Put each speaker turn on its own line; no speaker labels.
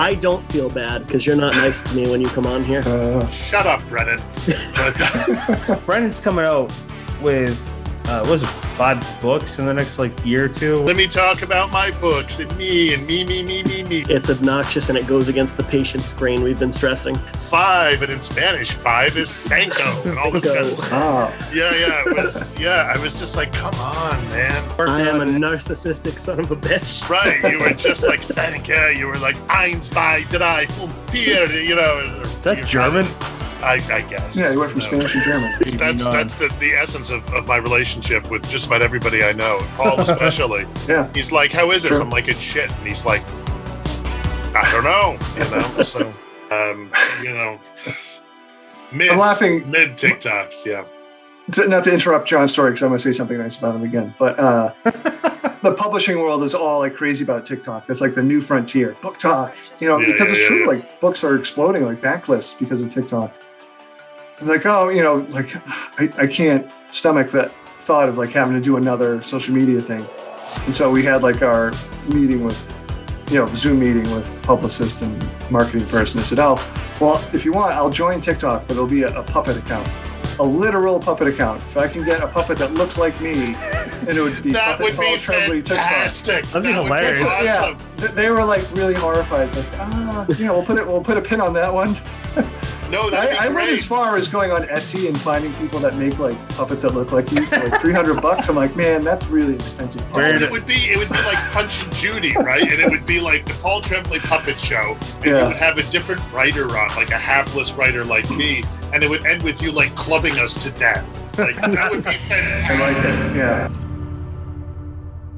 I don't feel bad because you're not nice to me when you come on here.
Uh,
Shut up, Brennan. But, uh,
Brennan's coming out with uh, what is it, five books in the next like year or two.
let me talk about my books and me and me, me, me, me, me.
It's obnoxious and it goes against the patient's brain we've been stressing.
Five, and in Spanish, five is Sanko. And all this kind
Go.
of
ah,
Yeah, yeah, it was, yeah. I was just like, come on, man.
I am a narcissistic son of a bitch.
Right, you were just like Seneca. You were like Eins, zwei, drei, um, vier. You know.
Is that German?
I, I guess.
yeah, you went from
No.
Spanish to German. uh,
Maybe
That's
not.
that's the, the essence of, of my relationship with just about everybody I know, Paul especially.
Yeah.
He's like, "How is this?"
Sure.
I'm like, "It's shit," and he's like, "I don't know," you know. So, um, you know, mid
I'm laughing
mid TikToks, yeah.
to, not to interrupt John's story because I'm going to say something nice about him again. But uh, the publishing world is all like crazy about TikTok. That's like the new frontier, book talk. You know,
Yeah,
because
yeah,
it's
yeah,
true.
yeah.
Like books are exploding, like backlists because of TikTok. I'm like, oh, you know, like I, I can't stomach that thought of like having to do another social media thing. And so we had like our meeting with, you know, Zoom meeting with publicist and marketing person. I said, oh, well, if you want, I'll join TikTok, but it'll be a, a puppet account, a literal puppet account. If I can get a puppet that looks like me, and it would be
That
puppet
would
Paul
be
Tremblay TikTok.
fantastic.
That'd be
That would
hilarious.
awesome.
Yeah. Th- They were like really horrified, like, ah, yeah, we'll put it, we'll put a pin on that one.
No, that'd
I, I
be
went as
great.
far as going on Etsy and finding people that make like puppets that look like you for like 300 bucks. I'm like, man, that's really expensive.
Oh,
Weird.
it would be it would be like Punch and Judy, right? And it would be like the Paul Tremblay puppet show, and you
Yeah.
would have a different writer on, like a hapless writer like me, and it would end with you like clubbing us to death. Like that would be
I like
fantastic.
it. Yeah.